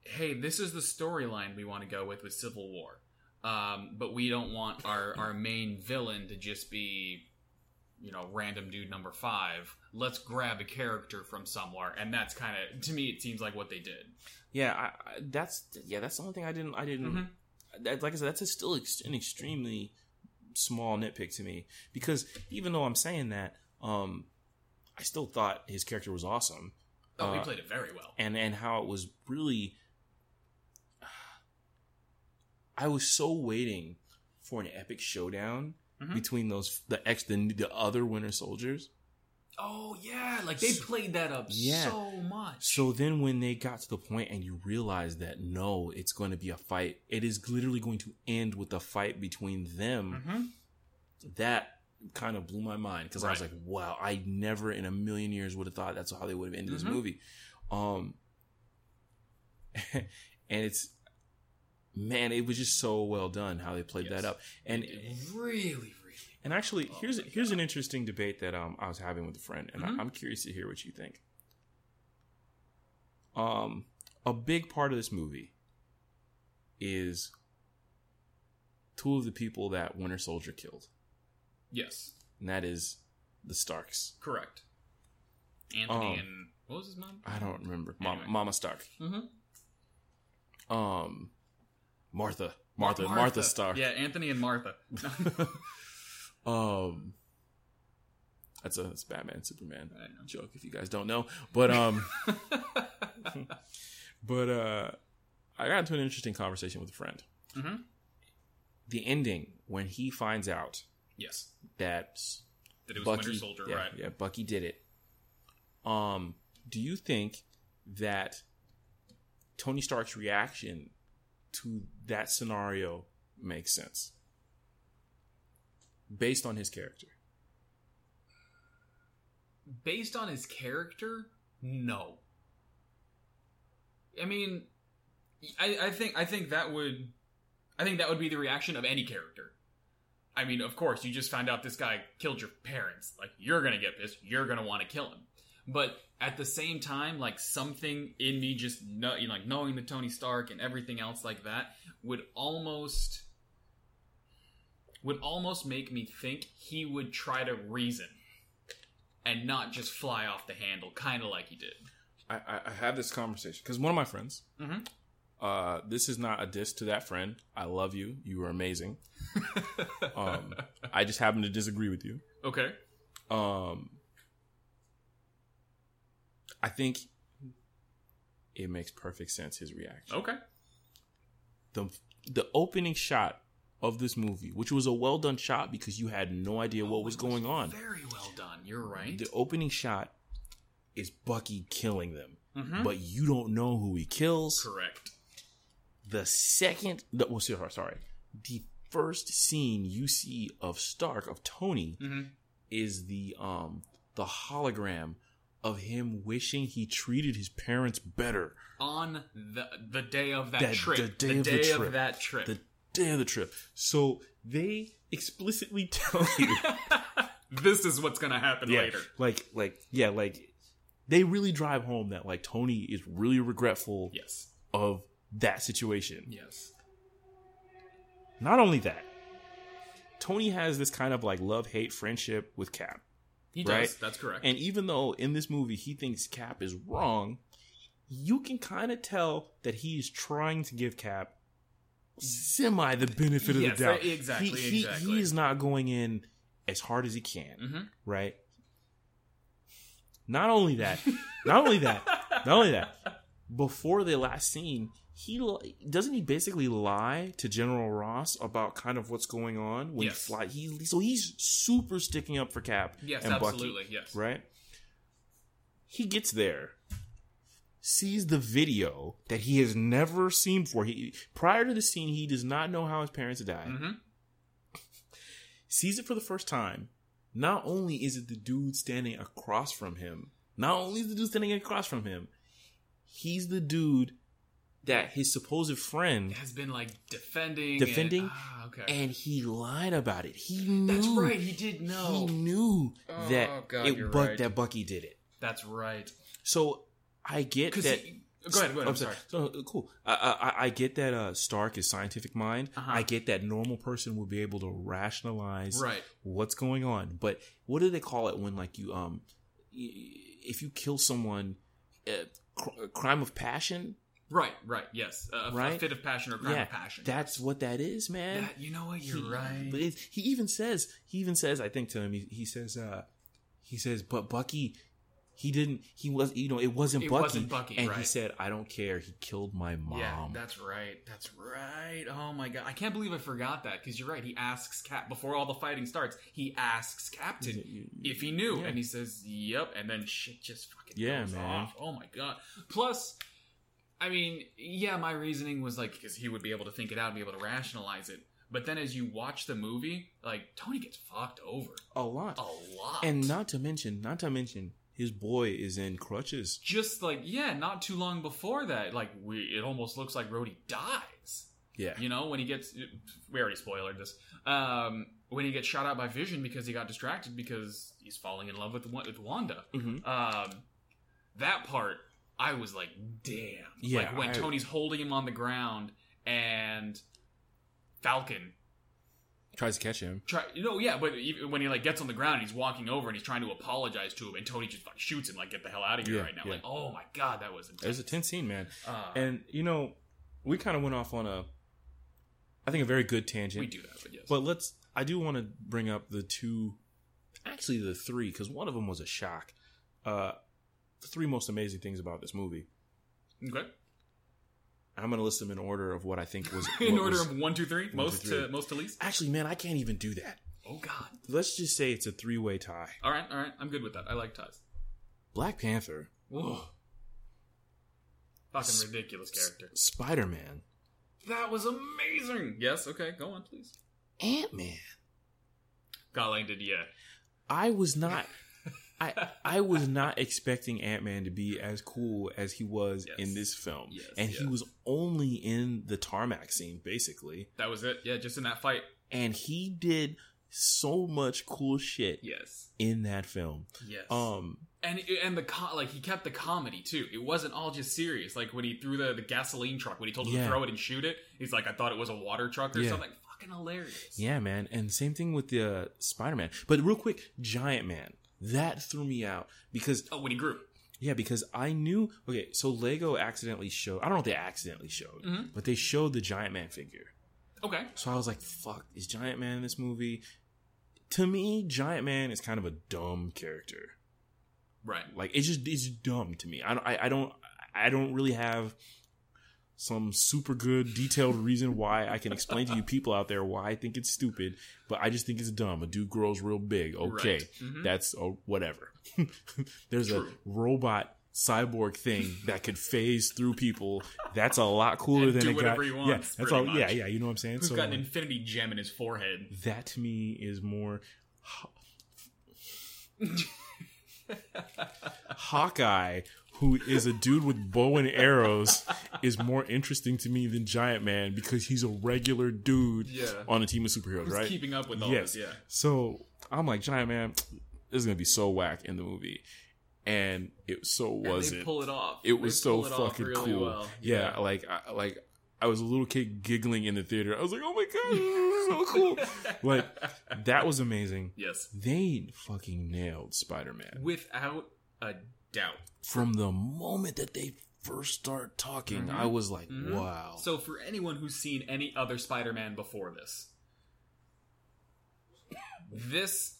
hey, this is the storyline we want to go with with Civil War, um, but we don't want our our main villain to just be, you know, random dude number five. Let's grab a character from somewhere, and that's kind of to me it seems like what they did.
Yeah, I, I, that's yeah, that's the only thing I didn't I didn't.
Mm-hmm.
That, like I said, that's a still ex- an extremely small nitpick to me because even though I'm saying that, um, I still thought his character was awesome
Oh, he
Uh,
played it very well.
and and how it was really. I was so waiting for an epic showdown
Mhm.
between those the ex the, the other Winter Soldiers.
Oh yeah, like they
So-
played that up
Yeah.
so much.
So then when they got to the point and you realize that no, it's going to be a fight. It is literally going to end with a fight between them.
Mhm.
That kind of blew my mind because I was
Right.
like, wow, I never in a million years would have thought that's how they would have ended
Mhm.
this movie. Um and it's man, it was just so well done how they played
Yes.
that up. And
It really, really.
and actually,
Oh
here's
my
here's an interesting debate that um I was having with a friend, and
Mhm.
I, I'm curious to hear what you think. Um, a big part of this movie is two of the people that Winter Soldier killed,
Yes,
and that is the Starks.
correct. Anthony
Um,
and what was his mom?
I don't remember Ma-
Anyway.
Mama Stark,
Mm-hmm.
um, Martha, Martha, Martha, Stark.
Yeah, Anthony and Martha. Mm-hmm.
Um, that's a that's Batman Superman
I know.
joke if you guys don't know, but um. But uh, I got into an interesting conversation with a friend.
Mhm.
The ending when he finds out
yes,
that
that it was
Bucky,
Winter Soldier,
yeah,
right?
yeah, Bucky did it. Um, do you think that Tony Stark's reaction to that scenario makes sense based on his character?
Based on his character, no. I mean, I, I think I think that would, I think that would be the reaction of any character. I mean, of course, you just found out this guy killed your parents. Like, you're gonna get pissed. You're gonna want to kill him. But at the same time, like something in me just know, you know, like knowing the Tony Stark and everything else like that would almost would almost make me think he would try to reason and not just fly off the handle, kind of like he did.
I, I, I have this conversation because one of my friends.
Mhm.
Uh, this is not a diss to that friend. I love you. You are amazing. um, I just happen to disagree with you.
Okay.
Um, I think it makes perfect sense. His reaction.
Okay.
The the opening shot of this movie, which was a well done shot because you had no idea what was going on.
Oh, Very well done. You're right.
The opening shot is Bucky killing them,
Mhm.
but you don't know who he kills.
Correct.
the second, the, well, sorry, sorry, the first scene you see of Stark of Tony
Mm-hmm.
is the um the hologram of him wishing he treated his parents better
On the the day of that,
That-
trip,
the day of the trip.
that trip.
the day of the trip. So they explicitly tell you
this is what's gonna happen
yeah,
later.
like like yeah, like they really drive home that like Tony is really regretful
Yes.
of that situation.
Yes.
Not only that, Tony has this kind of like love hate friendship with Cap.
He does.
Right?
That's correct.
And even though in this movie he thinks Cap is wrong, you can kind of tell that he is trying to give Cap semi the benefit
Yes,
of the doubt.
exactly,
He, he,
exactly.
he is not going in as hard as he can,
Mhm.
right? Not only that, not only that, not only that. Before the last scene, he li- doesn't he basically lie to General Ross about kind of what's going on when
Yes.
he fly. He, so he's super sticking up for Cap.
yes,
and Bucky
absolutely. Yes.
right? He gets there, sees the video that he has never seen before. He prior to the scene, he does not know how his parents died.
Mm-hmm.
Sees it for the first time. Not only is it the dude standing across from him, not only is the dude standing across from him, he's the dude that his supposed friend
Has been like defending.
Defending
And, ah, okay.
and he lied about it. He knew
that's right. He did
he
know.
knew
Oh,
that
God,
it
you're
Buck-
right.
that Bucky did it.
That's right.
So I get
Because
that
go ahead. Go ahead. I'm sorry.
So, uh, cool. I, I, I- I get that uh, Stark is scientific mind.
Uh-huh.
I get that normal person will be able to rationalize
Right.
what's going on. But what do they call it when like you um, y- if you kill someone, uh, cr- crime of passion?
Right. Right. Yes. A- A,
Right?
a fit of passion or crime of passion.
that's what that is, man.
That- you know what? You're
He-
right.
But it, he even says he even says I think to him he, he says uh he says but Bucky he didn't he was you know it wasn't
It
Bucky
wasn't Bucky,
and he
right.
said I don't care he killed my mom
Yeah, that's right. That's right. Oh my god, I can't believe I forgot that because you're right. He asks Cap before all the fighting starts. He asks Captain if he knew,
Yeah.
and he says, "Yep." And then shit just fucking
Yeah,
goes
man.
off. Oh my god. Plus, I mean, yeah, my reasoning was like because he would be able to think it out and be able to rationalize it. But then as you watch the movie, like Tony gets fucked over
a lot.
a lot,
And not to mention, not to mention, his boy is in crutches.
just like yeah, not too long before that, like we, it almost looks like Rhodey dies.
Yeah.
You know, when he gets, we already spoiled this. Um, when he gets shot out by Vision because he got distracted because he's falling in love with Wa- with Wanda.
hmm
Um, that part, I was like, damn.
Yeah,
like when
I-
Tony's holding him on the ground and Falcon
Tries to catch him.
try. No, yeah, but even when he like gets on the ground and he's walking over and he's trying to apologize to him, and Tony just like shoots him like, get the hell out of here
Yeah,
right now.
yeah.
Like, oh my god, that was
It was
intense.
a tense scene, man.
Uh,
And you know, we kind of went off on a, I think a very good tangent.
we do that, but yes.
But let's. I do want to bring up the two, actually the three, because one of them was a shock. Uh, the three most amazing things about this movie.
okay.
I'm going to list them in order of what I think was
In
what
order
was-
of one, two, three,
two,
most
three.
to most to least.
actually, man, I can't even do that.
Oh god.
Let's just say it's a three way tie.
All right, all right. I'm good with that. I like ties.
Black Panther,
Whoa. Fucking
S-
ridiculous character.
Spider Man,
That was amazing. Yes, okay, go on, please.
Ant Man.
God Lang did, yeah.
I was not. I I was not expecting Ant Man to be as cool as he was
Yes.
in this film,
Yes,
and he
yes.
was only in the tarmac scene basically,
That was it. Yeah, just in that fight.
and he did so much cool shit
Yes.
in that film.
Yes.
Um,
and and the co- like he kept the comedy too. It wasn't all just serious. Like when he threw the, the gasoline truck, when he told him
Yeah.
to throw it and shoot it, he's like, I thought it was a water truck or
Yeah.
something. Fucking hilarious.
yeah, man, and same thing with the uh, Spider Man. But real quick, Giant Man that threw me out because
Oh, when he grew.
Yeah, because I knew. Okay, so Lego accidentally showed. I don't know if they accidentally showed,
Mhm.
but they showed the Giant Man figure.
Okay.
So I was like, "Fuck, is Giant Man in this movie?" To me, Giant Man is kind of a dumb character.
Right.
Like it's just it's dumb to me. I don't- I, I don't I don't really have some super good detailed reason why I can explain to you people out there why I think it's stupid, but I just think it's dumb. A dude grows real big. Okay,
Right. Mhm.
that's oh, whatever. There's
True.
a robot cyborg thing that could phase through people. That's a lot cooler
And
than
do
a guy.
whatever he wants,
yeah, that's all.
pretty
Yeah,
much.
yeah. You know what I'm saying?
Who's
so
got an
like,
infinity gem in his forehead?
that to me is more. Hawkeye, who is a dude with bow and arrows, is more interesting to me than Giant Man because he's a regular dude
Yeah.
on a team of superheroes,
Who's
right?
keeping up with all
yes.
this? Yeah.
So I'm like, Giant Man, this is gonna be so whack in the movie, and it so was
and they
it.
pull it off.
It was
They pull
so
it off
fucking
really
cool.
Well.
Yeah, like I, like I was a little kid giggling in the theater. I was like, oh my god, this is so cool. like that was amazing.
Yes.
They fucking nailed Spider Man
Without a doubt.
from the moment that they first start talking. I was like,
Mhm.
wow.
So for anyone who's seen any other Spider-Man before this, this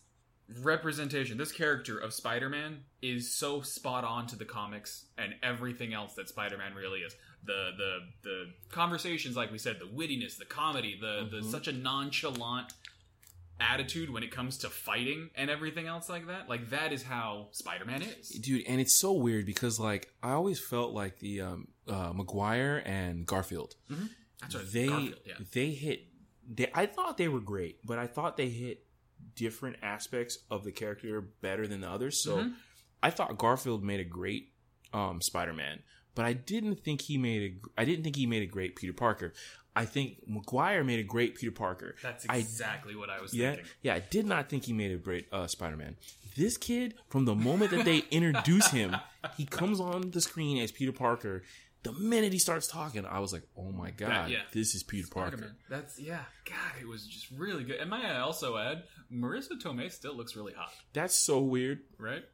representation, this character of Spider-Man is so spot on to the comics and everything else that Spider-Man really is. The the the conversations, like we said, the wittiness, the comedy, the the
Mhm.
such a nonchalant attitude when it comes to fighting and everything else like that. Like that is how Spider-Man is.
Dude, and it's so weird because like I always felt like the um uh McGuire and Garfield.
That's what
they
Garfield, yeah.
they hit they I thought they were great, but I thought they hit different aspects of the character better than the others. So
Mhm.
I thought Garfield made a great um Spider-Man, but I didn't think he made a gr- I didn't think he made a great Peter Parker. I think McGuire made a great Peter Parker.
That's
I-
exactly what I was
Yeah,
thinking.
yeah, I did not think he made a great uh, Spider-Man. This kid, from the moment that they introduce him, he comes on the screen as Peter Parker. The minute he starts talking, I was like, "Oh my god,
yeah.
this is Peter Parker."
Spider-Man. That's yeah. God, it was just really good. And may I also add, Marissa Tomei still looks really hot,
That's so weird.
right?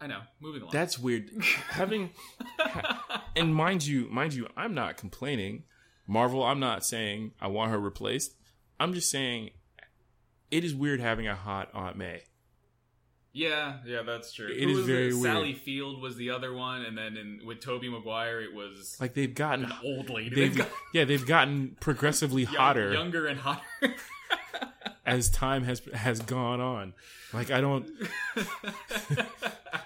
I know. Moving along.
That's weird. Having and mind you, mind you, I'm not complaining. Marvel, I'm not saying I want her replaced. I'm just saying it is weird having a hot Aunt May.
yeah, yeah, that's true.
It
Who
is
was
very weird.
Sally Field was the other one, and then in, with Toby Maguire, it was
Like they've gotten,
an old lady.
they've, yeah, they've gotten progressively
young-
hotter
younger and hotter.
as time has has gone on. Like I don't,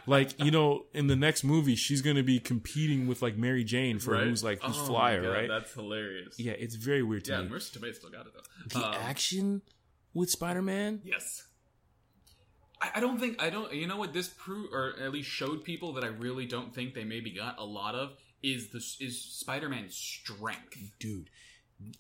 like you know, in the next movie, she's gonna be competing with like Mary Jane for who's like who's
Oh my
flyer,
God,
right?
That's hilarious.
Yeah, it's very weird to
Yeah,
me.
Marissa Tomei still got it though.
The
Um,
action with Spider Man,
Yes. I, I don't think I don't. You know what? This proved, or at least showed people that I really don't think they maybe got a lot of is the is Spider Man's strength.
dude.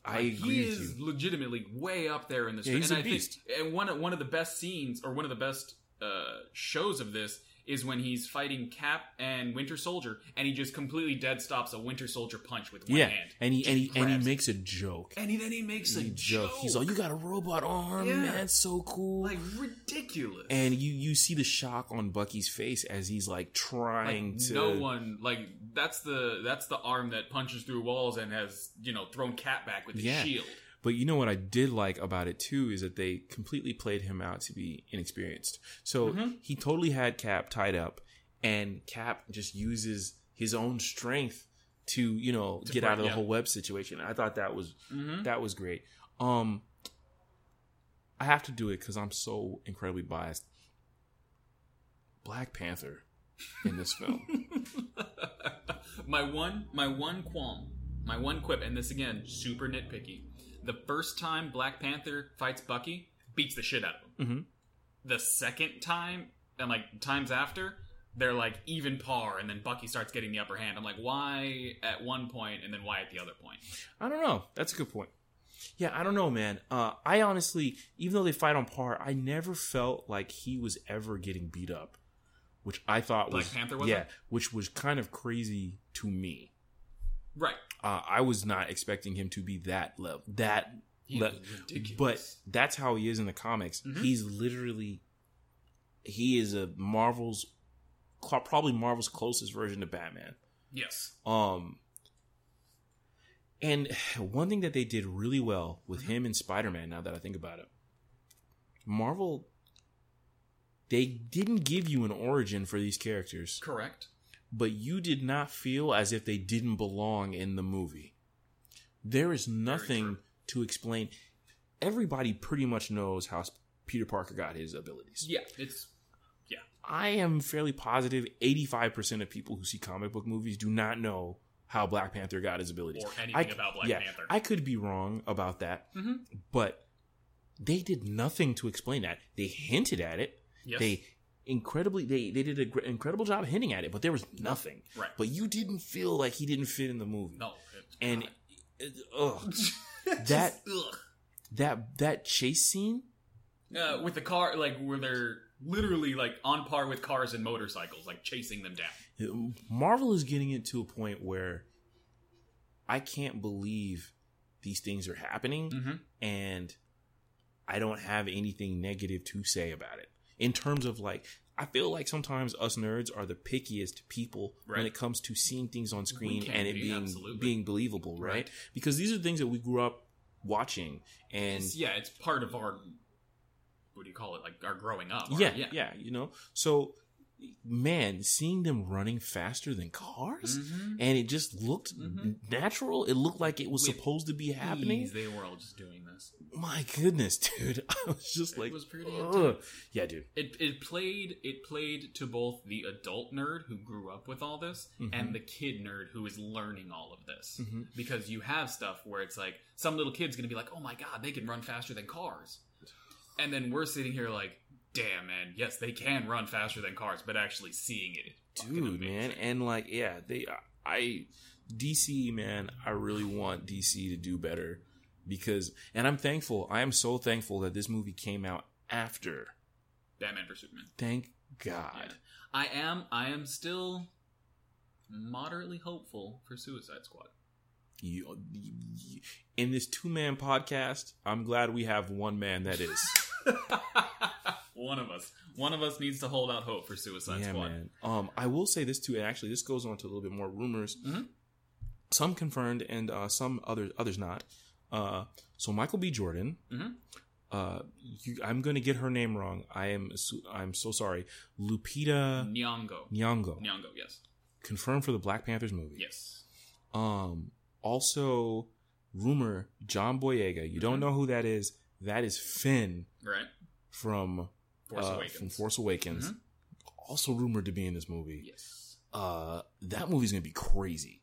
I
Like,
agree
He
with
is
you.
legitimately way up there in this.
Yeah, he's
and
a
I
beast.
Think, and one of- one of the best scenes or one of the best uh, shows of this is when he's fighting Cap and Winter Soldier, and he just completely dead stops a Winter Soldier punch with one
Yeah,
hand.
and he and he and he
Grabs.
makes a joke.
And he, then he makes a
He
joke.
joke. He's like, "You got a robot arm,
Yeah.
man. That's so cool."
like ridiculous.
and you you see the shock on Bucky's face as he's like trying
like,
to.
no one like that's the that's the arm that punches through walls and has you know thrown cat back with the
Yeah.
shield
But you know what I did like about it too is that they completely played him out to be inexperienced. So
Mhm.
he totally had Cap tied up, and Cap just uses his own strength to you know
To
get
break-
out of the
yeah.
whole web situation. I thought that was
mm-hmm.
that was great. Um, I have to do it because I'm so incredibly biased. Black Panther in this film,
my one my one qualm my one quip and this again super nitpicky the first time black panther fights bucky beats the shit out of him
Mhm.
the second time and like times after they're like even par and then bucky starts getting the upper hand i'm like why at one point and then why at the other point
I don't know. That's a good point. Yeah, I don't know, man. Uh, I honestly, even though they fight on par, I never felt like he was ever getting beat up, which I thought
Black
was
Panther wasn't?
yeah, which was kind of crazy to me.
right
Uh, I was not expecting him to be that level, that
He
But-
was ridiculous.
But that's how he is in the comics.
Mhm.
He's literally he is a Marvel's cl- probably Marvel's closest version to Batman.
yes
Um and one thing that they did really well with him and Spider-Man now that I think about it. Marvel they didn't give you an origin for these characters,
correct
but you did not feel as if they didn't belong in the movie. There is nothing
true.
to explain. Everybody pretty much knows how Peter Parker got his abilities.
yeah it's
I am fairly positive 85% of people who see comic book movies do not know how Black Panther got his abilities.
Or anything
I c-
about Black
yeah,
Panther.
I could be wrong about that,
Mhm.
but they did nothing to explain that. They hinted at it.
Yes.
They incredibly they they did an incredible job hinting at it, but there was nothing.
Right.
But you didn't feel like he didn't fit in the movie.
no. it's-
And
God.
it- ugh,
Just,
that-
ugh.
that that chase scene
Uh, with the car, like where they're literally like on par with cars and motorcycles, like chasing them down.
Marvel is getting it to a point where I can't believe these things are happening
Mhm.
and I don't have anything negative to say about it. In terms of like I feel like sometimes us nerds are the pickiest people when
Right.
it comes to seeing things on screen
can
and it
be,
being
absolutely.
being believable, right?
Right.
Because these are things that we grew up watching and
It's- yeah, it's part of our what do you call it? Like our growing up. our-
yeah, yeah, you know. So man, seeing them running faster than cars
Mhm.
and it just looked
Mhm.
natural. It looked like it was
With
supposed to be happening.
Jeez, they were all just doing this.
My goodness, dude! I was just like,
was pretty
ugh.
intense.
yeah, dude.
It it played it played to both the adult nerd who grew up with all this
Mm-hmm.
and the kid nerd who is learning all of this.
Mhm.
Because you have stuff where it's like some little kid's gonna be like, Oh my god, they can run faster than cars. And then we're sitting here like, damn man, yes, they can run faster than cars, but actually seeing it is fucking
dude,
amazing.
man, and like, yeah, they, I, DC, man, I really want DC to do better because, and I'm thankful. I am so thankful that this movie came out after.
Batman vs Superman.
Thank God.
Yeah. I am I am still moderately hopeful for Suicide Squad.
You, you- in this two man podcast, I'm glad we have one man that is.
One of us. One of us needs to hold out hope for Suicide
yeah,
Squad.
man. Um, I will say this too, and actually, this goes on to a little bit more rumors.
Mhm.
Some confirmed, and uh, some others others not. Uh, so Michael B. Jordan.
Mhm.
Uh, you, I'm going to get her name wrong. I am. so- I'm so sorry. Lupita
Nyong'o.
Uh, Nyong'o
Nyong'o, yes.
confirmed for the Black Panthers movie.
Yes.
Um, also, rumor John Boyega. You don't know who that is. That is Finn
Right?
from
Force
uh,
Awakens. Mm-hmm.
From Force Awakens. Also rumored to be in this movie
Yes.
uh, that movie's gonna be crazy.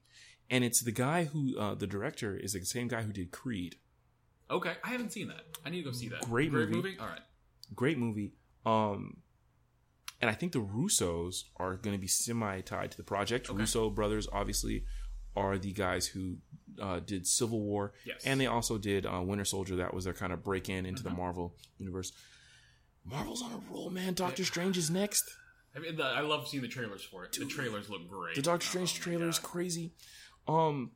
And it's the guy who, uh, the director is the same guy who did Creed.
Okay, I haven't seen that. I need to go see that.
Great movie.
All right.
Great movie. Um, and I think the Russos are gonna be semi tied to the project.
Okay.
Russo brothers, obviously, are the guys who uh, did Civil War.
Yes. Mm-hmm.
And they also did uh, Winter Soldier. That was their kind of break in into the Marvel universe. Marvel's on a roll, man. Doctor Strange is next.
I, mean, the, I love seeing the trailers for it. the trailers look great.
The Doctor
Oh
Strange
my
trailer is
God.
crazy. Um,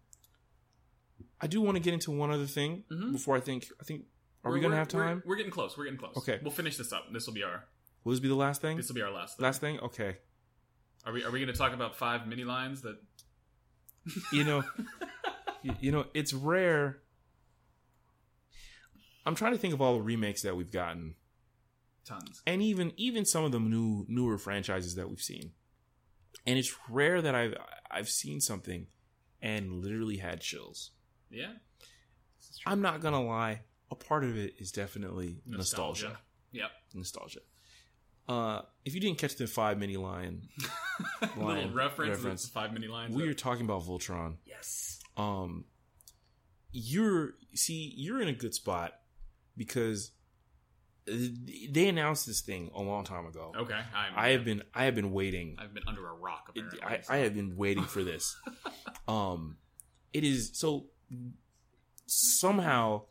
I do want to get into one other thing
Mhm.
before I think. I think are we
We're-
gonna
we're-
have
we're-
time?
We're, getting close. We're getting close.
Okay.
We'll finish this up. This will be our
Will this be the last thing?
this will be our last.
Last thing? Okay.
Are we are we going to talk about five mini lines that
You know, y- you know, it's rare. I'm trying to think of all the remakes that we've gotten,
tons?
and even even some of the new newer franchises that we've seen. And it's rare that I've I've seen something and literally had chills.
Yeah.
I'm not gonna lie. A part of it is definitely nostalgia.
Yep.
nostalgia. Uh, if you didn't catch the five mini line,
Little
Line,
reference,
reference.
It's five mini lines.
we are
of-
talking about Voltron.
Yes.
Um, you're see, you're in a good spot because uh, they announced this thing a long time ago.
Okay. I'm,
I have been, I have been waiting.
I've been under a rock. Apparently.
I, I have been waiting for this. um, it is so somehow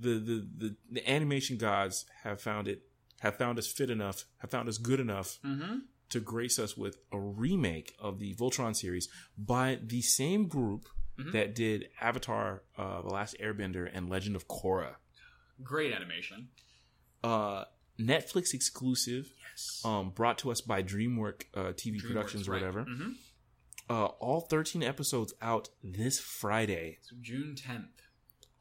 the, the the the animation gods have found it have found us fit enough have found us good enough
Mm-hmm.
to grace us with a remake of the Voltron series by the same group
Mhm.
that did Avatar, uh, The Last Airbender, and Legend of Korra.
Great animation.
Uh, Netflix exclusive,
Yes.
um, brought to us by DreamWorks uh, TV Productions or whatever.
hmm
Uh, all 13 episodes out this Friday.
So June tenth.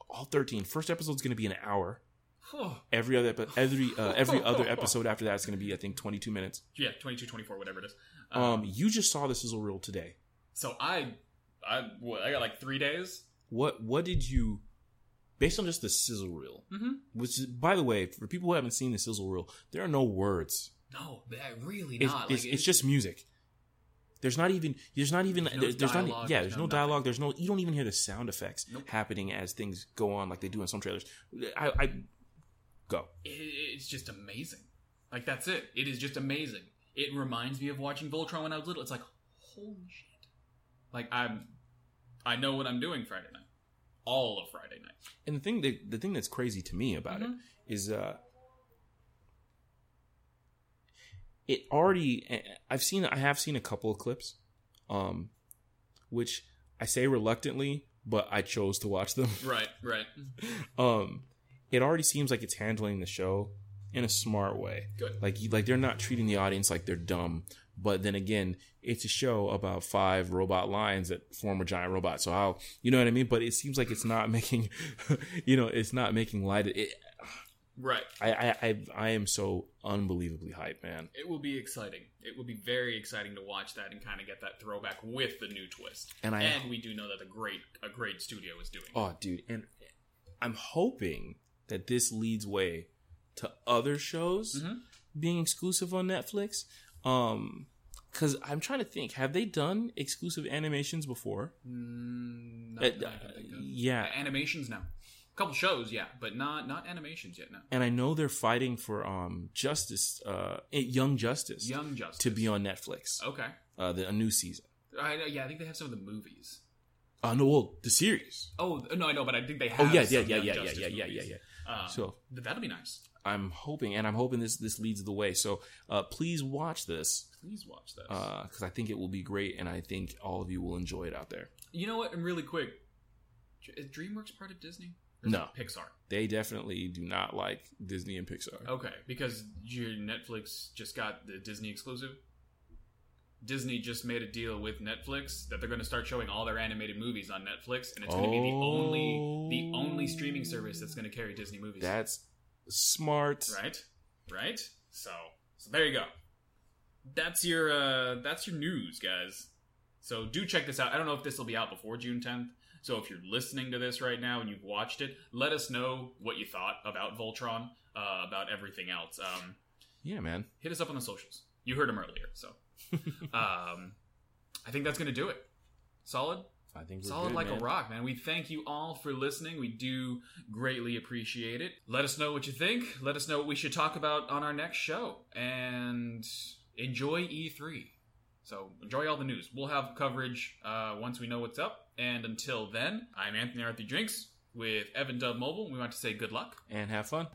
All 13. First episode's going to be an hour.
Oh,
Every other epi- every uh, every other episode after that is going to be I think 22 minutes.
yeah, 22, 24, whatever it is. Um,
Um, you just saw this as a reel today.
so I, I, what, I got like three days.
What what did you based on just the sizzle reel?
Mm-hmm.
Which, is, by the way, for people who haven't seen the sizzle reel, there are no words.
No, that- really
It's,
not.
it's,
like,
it's just music. There's not even there's not even
There's
there's,
no
there's,
dialogue,
not e-, yeah
there's
there's
no
no,
nothing.
dialogue there's no you don't even hear the sound effects
Nope.
happening as things go on like they do in some trailers. I, I go
it, it's just amazing. Like that's it. It is just amazing. It reminds me of watching Voltron when I was little. It's like holy shit. Like I'm, I know what I'm doing Friday night, all of Friday night.
and the thing that the thing that's crazy to me about it
Mhm.
is uh it already i've seen i have seen a couple of clips um which i say reluctantly but i chose to watch them
Right, right.
um it already seems like it's handling the show in a smart way
Good.
like you- like they're not treating the audience like they're dumb but then again it's a show about five robot lions that form a giant robot so how you know what i mean but it seems like it's not making you know it's not making light it,
Right.
I, I i i am so unbelievably hyped man
It will be exciting. It will be very exciting to watch that and kind of get that throwback with the new twist.
and i
and we do know that a great a great studio is doing. it.
oh dude and i'm hoping that this leads way to other shows
Mhm.
being exclusive on netflix um because i'm trying to think have they done exclusive animations before
Mm, not
Uh,
that I can think of.
yeah.
Uh, animations now. A couple shows, yeah, but not not animations yet. No,
and I know they're fighting for um Justice, uh, eh, Young Justice,
Young Justice Oh.
to be on Netflix.
Okay,
Uh, the, a new season.
I, yeah, I think they have some of the movies.
Uh, no, well, the series.
Oh no, I know, but I think they have.
Oh yeah, yeah,
some
yeah,
Young
yeah, yeah,
Justice
yeah, yeah, yeah,
movies.
yeah.
Uh,
So
th- that'll be nice.
I'm hoping, and I'm hoping this this leads the way. So uh, please watch this
Please watch this.
because uh, I think it will be great, and I think all of you will enjoy it out there.
you know what? And really quick, Dr- is DreamWorks part of Disney? Or is
No.
it Pixar.
They definitely do not like Disney and Pixar.
Okay, because your Netflix just got the Disney exclusive. Disney just made a deal with Netflix that they're going to start showing all their animated movies on Netflix, and it's going to be the only the only streaming service that's going to carry Disney movies.
That's smart.
right, right. So, so there you go. That's your uh, that's your news, guys. So do check this out. I don't know if this will be out before June 10th. So if you're listening to this right now and you've watched it, let us know what you thought about Voltron, uh, about everything else. Um,
Yeah, man.
hit us up on the socials. You heard him earlier, so um, I think that's gonna do it. Solid,
I think we're
solid
good,
like
man.
a rock, man. We thank you all for listening. We do greatly appreciate it. Let us know what you think. Let us know what we should talk about on our next show, and enjoy E3. So enjoy all the news. We'll have coverage uh, once we know what's up. And until then, I'm Anthony Arthur Drinks with Evan Dub Mobile. We want to say good luck.
And have fun.